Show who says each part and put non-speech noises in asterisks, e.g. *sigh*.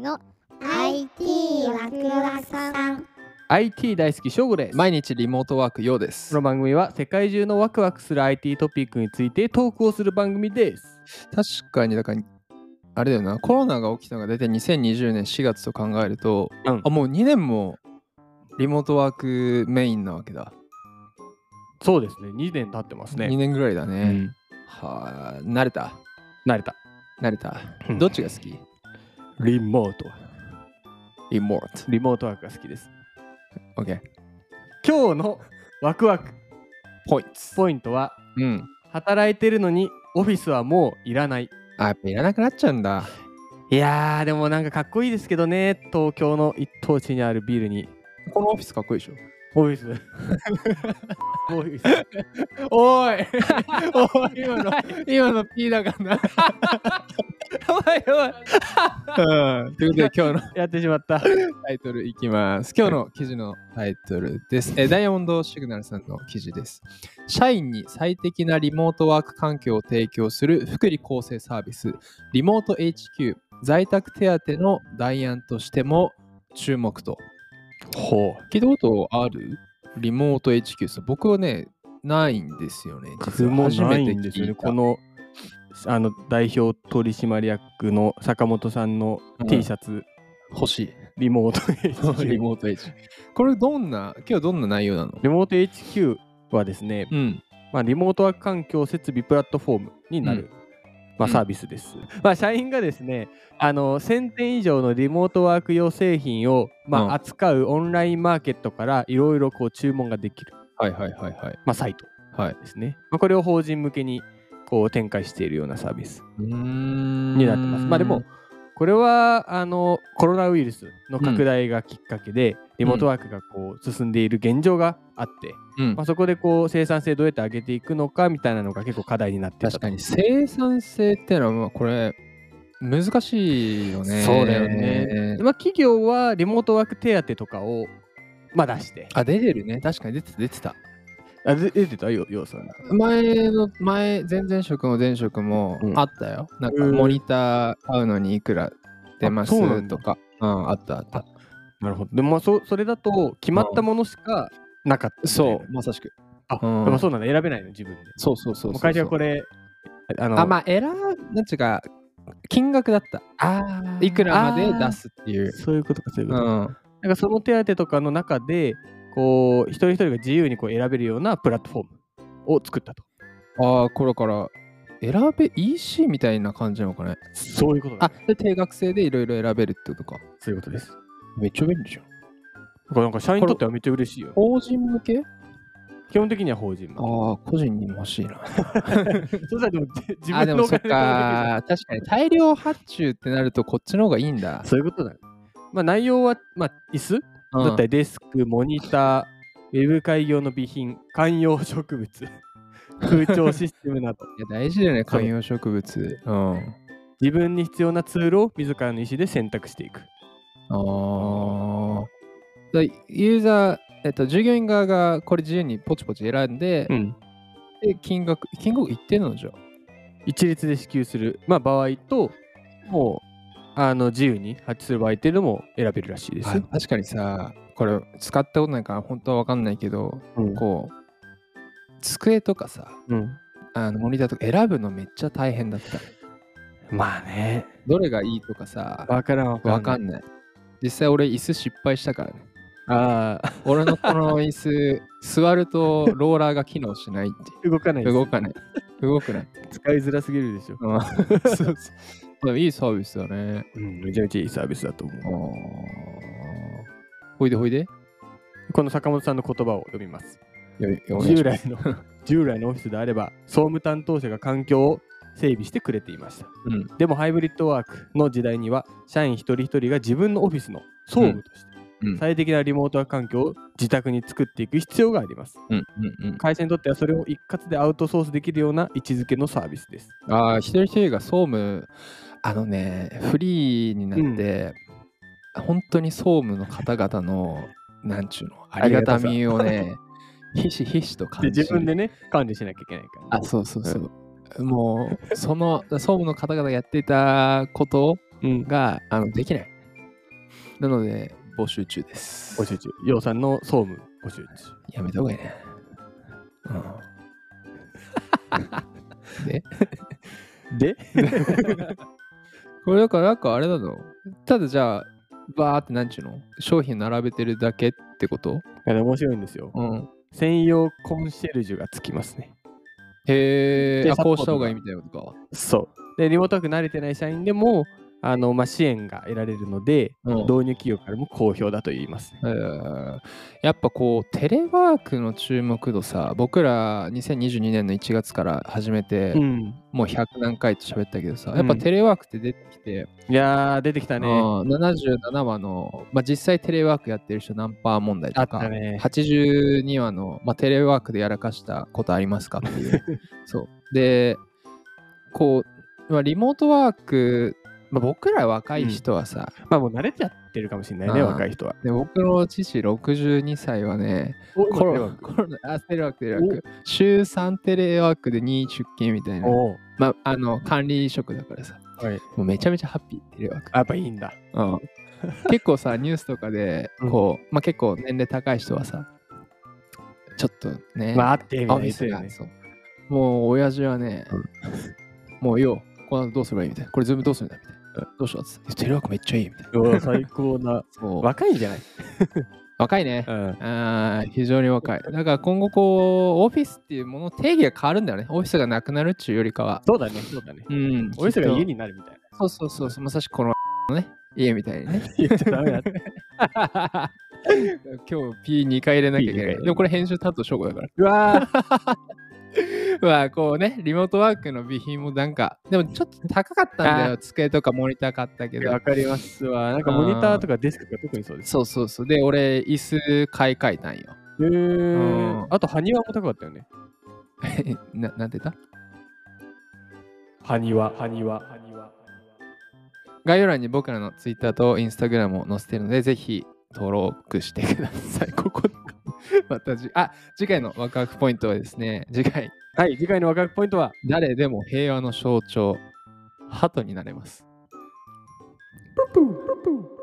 Speaker 1: の IT ワクワクさん
Speaker 2: IT 大好き翔吾です
Speaker 3: 毎日リモートワークようで
Speaker 2: こ
Speaker 3: す
Speaker 2: の番組は世界中のワクワクする IT トピックについてトークをする番組です
Speaker 3: 確かにだからあれだよなコロナが起きたのが大体2020年4月と考えると、
Speaker 2: うん
Speaker 3: あもう2年もリモートワークメインなわけだ、
Speaker 2: そうですね2年経ってます
Speaker 3: 2年ぐらいだ
Speaker 2: う
Speaker 3: ね、
Speaker 2: ん、
Speaker 3: はあ慣れた
Speaker 2: 慣れた
Speaker 3: 慣れた
Speaker 2: うん
Speaker 3: どっちが好き
Speaker 2: リモート
Speaker 3: リモー
Speaker 2: リモートワークが好きです
Speaker 3: ト OK
Speaker 2: 今日のワクワク
Speaker 3: ポイント
Speaker 2: ポイントは
Speaker 3: うん
Speaker 2: 働いてるのにオフィスはもういらない
Speaker 3: あやっぱいらなくなっちゃうんだ
Speaker 2: いやーでもなんかかっこいいですけどね東京の一等地にあるビルに
Speaker 3: このオフィスかっこいいでしょ
Speaker 2: オフィスオフィス *laughs*
Speaker 3: おいおい今の今の P だ *laughs* からなうんということで今日の
Speaker 2: やってしまった
Speaker 3: タイトルいきます。今日の記事のタイトルです。えーダイヤモンドシグナルさんの記事です。社員に最適なリモートワーク環境を提供する福利厚生サービス、リモート HQ、在宅手当の代案としても注目と。
Speaker 2: ほ
Speaker 3: 聞いたことあるリモート HQ さ、僕はね、ないんですよね。
Speaker 2: 僕
Speaker 3: 実は
Speaker 2: も
Speaker 3: 初
Speaker 2: な
Speaker 3: め
Speaker 2: い
Speaker 3: て
Speaker 2: んですよ
Speaker 3: 聞
Speaker 2: ね。
Speaker 3: いた。
Speaker 2: このあの代表取締役の坂本さんの
Speaker 3: うん
Speaker 2: T シャツ、
Speaker 3: 欲しい。
Speaker 2: リモート HQ。
Speaker 3: *laughs* リモート HQ。これどんな、今日はどんな内容なの
Speaker 2: リモート HQ はですね、
Speaker 3: うん。
Speaker 2: まあ、リモートワーク環境設備プラットフォームになる、
Speaker 3: うん
Speaker 2: まあ、
Speaker 3: うん
Speaker 2: サービスです。まあ、社員がですねあの1000点以上のリモートワーク用製品を、まあ
Speaker 3: うん
Speaker 2: 扱うオンラインマーケットからいろいろこう注文ができる、
Speaker 3: はいはいはいはい。
Speaker 2: まあ、サイト
Speaker 3: はい。
Speaker 2: ですね。まあ、これを法人向けにこう展開しているようなサービス。
Speaker 3: に
Speaker 2: になってます。まあでも、これはあのコロナウイルスの拡大がきっかけで、リモートワークがこう進んでいる現状があって、
Speaker 3: うん
Speaker 2: まあ、そこでこう生産性どうやって上げていくのかみたいなのが結構課題になってたと
Speaker 3: 確かに生産性ってのはまあこれ難しいよね。
Speaker 2: そうだよね。まあ、企業はリモートワーク手当とかを、まあ、出して、
Speaker 3: あ出てるね確かに出てた出てた。
Speaker 2: あ出出てたよ、要素が。
Speaker 3: 前の前前々職の前職も
Speaker 2: うん
Speaker 3: あったよ。なんか
Speaker 2: へー
Speaker 3: モニター買うのにいくら出ま
Speaker 2: あそうなん
Speaker 3: す
Speaker 2: だ
Speaker 3: とか。うん、あったあった。
Speaker 2: なるほど。でも、まあ、そそれだと決まったものしかなかったみたいな
Speaker 3: そう、。まさしく。
Speaker 2: あ、
Speaker 3: うん
Speaker 2: でもそうなんだ、選べないの、自分で。
Speaker 3: そうそうそうそうそう。
Speaker 2: もう会社はこれ、あの
Speaker 3: あ、まあ、選ぶ、なんちゅうか、金額だった。
Speaker 2: あー
Speaker 3: いくらまで出すっていう。
Speaker 2: そういうことか、そういう
Speaker 3: う
Speaker 2: ことか。
Speaker 3: ん。
Speaker 2: なんかその手当とかの中で、こう、一人一人が自由にこう選べるようなプラットフォームを作ったと。
Speaker 3: ああ、これから、選べ EC みたいな感じなのかね。
Speaker 2: そういうこと
Speaker 3: あ
Speaker 2: あ、
Speaker 3: で定額制でいろいろ選べるってことか。
Speaker 2: そういうことです。
Speaker 3: めっちゃ便利じゃん。
Speaker 2: だからなんか社員にとってはめっちゃ嬉しいよ。
Speaker 3: 法人向けあ
Speaker 2: 基本的には法人向け。
Speaker 3: あ、個人にも欲しいな。
Speaker 2: *laughs* そうしたらでもじ自
Speaker 3: あ、
Speaker 2: 分
Speaker 3: で
Speaker 2: の
Speaker 3: も
Speaker 2: お金
Speaker 3: そっ
Speaker 2: で買うだけじゃん
Speaker 3: か。確かに大量発注ってなるとこっちの方がいいんだ。
Speaker 2: そういうことだね。まあ内容は、まあ椅子
Speaker 3: うん
Speaker 2: だったりデスク、モニター、ウェブ会用の備品、観葉植物、 *laughs* 空調システムなど、
Speaker 3: いや大事だよね、観葉植物。うん。
Speaker 2: 自分に必要なツールを自らの意思で選択していく。
Speaker 3: ああ。だユーザー、えっと、従業員側がこれ自由にポチポチ選んで、
Speaker 2: ん。
Speaker 3: で金額、金額一定なのじゃん。
Speaker 2: 一律で支給する、まあ、場合と、もうあの自由に発注する場合っていうのも選べるらしいです。
Speaker 3: あ確かにさ、これ使ったことないから本当はわかんないけど、
Speaker 2: うん
Speaker 3: こう、机とかさ、
Speaker 2: うん
Speaker 3: あのモニターとか選ぶのめっちゃ大変だった。
Speaker 2: まあね、
Speaker 3: どれがいいとかさ、
Speaker 2: わからんわからん。
Speaker 3: わかんない。実際俺椅子失敗したからね。
Speaker 2: ああ、
Speaker 3: 俺のこの椅子、座るとローラーが機能しないって
Speaker 2: *laughs* 動かない
Speaker 3: い *laughs*
Speaker 2: で
Speaker 3: う。
Speaker 2: す
Speaker 3: 動かない。動くない。
Speaker 2: 使いづらすぎるでしょ。
Speaker 3: うんそうそうで *laughs* もいいサービスだね。
Speaker 2: うん、めちゃめちゃいいサービスだと思
Speaker 3: あ
Speaker 2: う。
Speaker 3: ーほいでほいで。
Speaker 2: この坂本さんの言葉を読みます。従
Speaker 3: 従
Speaker 2: 来の従来のオフィスであれば、総務担当者が環境を整備してくれていました。
Speaker 3: うん。
Speaker 2: でもハイブリッドワークの時代には社員一人一人が自分のオフィスの総務として
Speaker 3: うんうん
Speaker 2: 最適なリモートワーク環境を自宅に作っていく必要があります。
Speaker 3: うんうんうん。
Speaker 2: 会社にとってはそれを一括でアウトソースできるような位置づけのサービスです。
Speaker 3: ああ、一人一人が総務、あのね、フリーになって、本当に総務の方々の、なんちゅうの、ありがたみをね、ひしひしと
Speaker 2: で
Speaker 3: 感じ
Speaker 2: 自
Speaker 3: る。
Speaker 2: 分でね管理しなきゃいけないから、
Speaker 3: あ、そうそうそう。もう、その、総務の方々がやっていたこと
Speaker 2: うん
Speaker 3: が、あの、できない。なので、募集中です。
Speaker 2: 募集中。洋さんの総務募集中。
Speaker 3: やめた方がいいね。うん。で
Speaker 2: で
Speaker 3: これだからなんかあれだのただじゃあ、バーってなんちゅうの商品並べてるだけってこと
Speaker 2: あれ面白いんですよ。
Speaker 3: うん。
Speaker 2: 専用コンシェルジュがつきますね。
Speaker 3: へえ、
Speaker 2: で
Speaker 3: あ、
Speaker 2: サポ
Speaker 3: こ
Speaker 2: ートが
Speaker 3: うした方がいいみたいなことか。
Speaker 2: そう。で、リモートワーク慣れてない社員でも、あのまあ、支援が得られるので、
Speaker 3: うん
Speaker 2: 導入企業からも好評だと言いますね、
Speaker 3: えーやっぱこうテレワークの注目度さ僕ら2022年の1月から始めて、
Speaker 2: うん。
Speaker 3: もう100何回と喋ったけどさやっぱ
Speaker 2: うん
Speaker 3: テレワークって出てきて、
Speaker 2: いやー、出てきた
Speaker 3: うん
Speaker 2: ね。
Speaker 3: 77話の、まあ、実際テレワークやってる人何パー問題
Speaker 2: あ
Speaker 3: と
Speaker 2: っ
Speaker 3: か、
Speaker 2: たね。
Speaker 3: 82話の、まあ、テレワークでやらかしたことありますかっていう
Speaker 2: *laughs*
Speaker 3: そうでこう、まあ、リモートワーク、まあ、僕ら若い人はさ、
Speaker 2: まあもう慣れちゃってるかもしれないね、
Speaker 3: あー
Speaker 2: 若い人は。
Speaker 3: で僕の父62歳はねコロナ、コロナ、あ、テレワーク、テレワーク。週3テレワークで2出勤みたいな。
Speaker 2: おう
Speaker 3: まあ、あの、管理職だからさ。
Speaker 2: はい
Speaker 3: もうめちゃめちゃハッピー、テレワーク。
Speaker 2: あやっぱいいんだ。
Speaker 3: うん、結構さ、ニュースとかで、こう、まあ結構年齢高い人はさ、ちょっとね、
Speaker 2: まあ、あってみた
Speaker 3: オ
Speaker 2: い
Speaker 3: フ
Speaker 2: な
Speaker 3: ィ
Speaker 2: やつ
Speaker 3: ス
Speaker 2: よ
Speaker 3: が、
Speaker 2: ね。
Speaker 3: そう。もう、親父はね、もうよ、この後どうすればいいみたいな。これ、ズームどうするんだみたいな。どうしようっつっていやテレワークめっちゃいいみたいな。
Speaker 2: うわ最高 *laughs* な。
Speaker 3: そう
Speaker 2: 若いじゃない。
Speaker 3: 若いね。
Speaker 2: うん。
Speaker 3: あー非常に若い。だから今後こう、オフィスっていうものの定義が変わるんだよね。オフィスがなくなるっちゅうよりかは。
Speaker 2: そうだね、そうだね。
Speaker 3: うん。
Speaker 2: オフィスが家
Speaker 3: に。
Speaker 2: になるみたいな。
Speaker 3: そうそうそうそう。まさしくこののね、家みたいに
Speaker 2: *laughs*
Speaker 3: ね。
Speaker 2: 言っちゃダメだって。
Speaker 3: 今日 P2 回入れなきゃいけない。
Speaker 2: P2 回
Speaker 3: でもこれ編集担当証拠だから。
Speaker 2: うわ
Speaker 3: まあこうね、リモートワークの備品もなんか、でもちょっと高かったんだよ。机とかモニター買ったけ
Speaker 2: ー、
Speaker 3: ど
Speaker 2: わ。かりますわ。なんかモニターとかデスクとか特にそうです。
Speaker 3: そうそうそう。で、俺、椅子買い替えたんよ。 *laughs*
Speaker 2: へ
Speaker 3: ん
Speaker 2: ーあと、埴輪も高かったよね。
Speaker 3: ななんて言った
Speaker 2: 埴輪、埴輪、埴輪。
Speaker 3: 概要欄に僕らの Twitter と Instagram を載せてるので、ぜひ登録してください。 *laughs* ここまたじ、あ、次回のワクワクポイントはですね、次回、
Speaker 2: はい、次回のワクワクポイントは、
Speaker 3: 誰でも平和の象徴、鳩になれます。
Speaker 2: プープープープー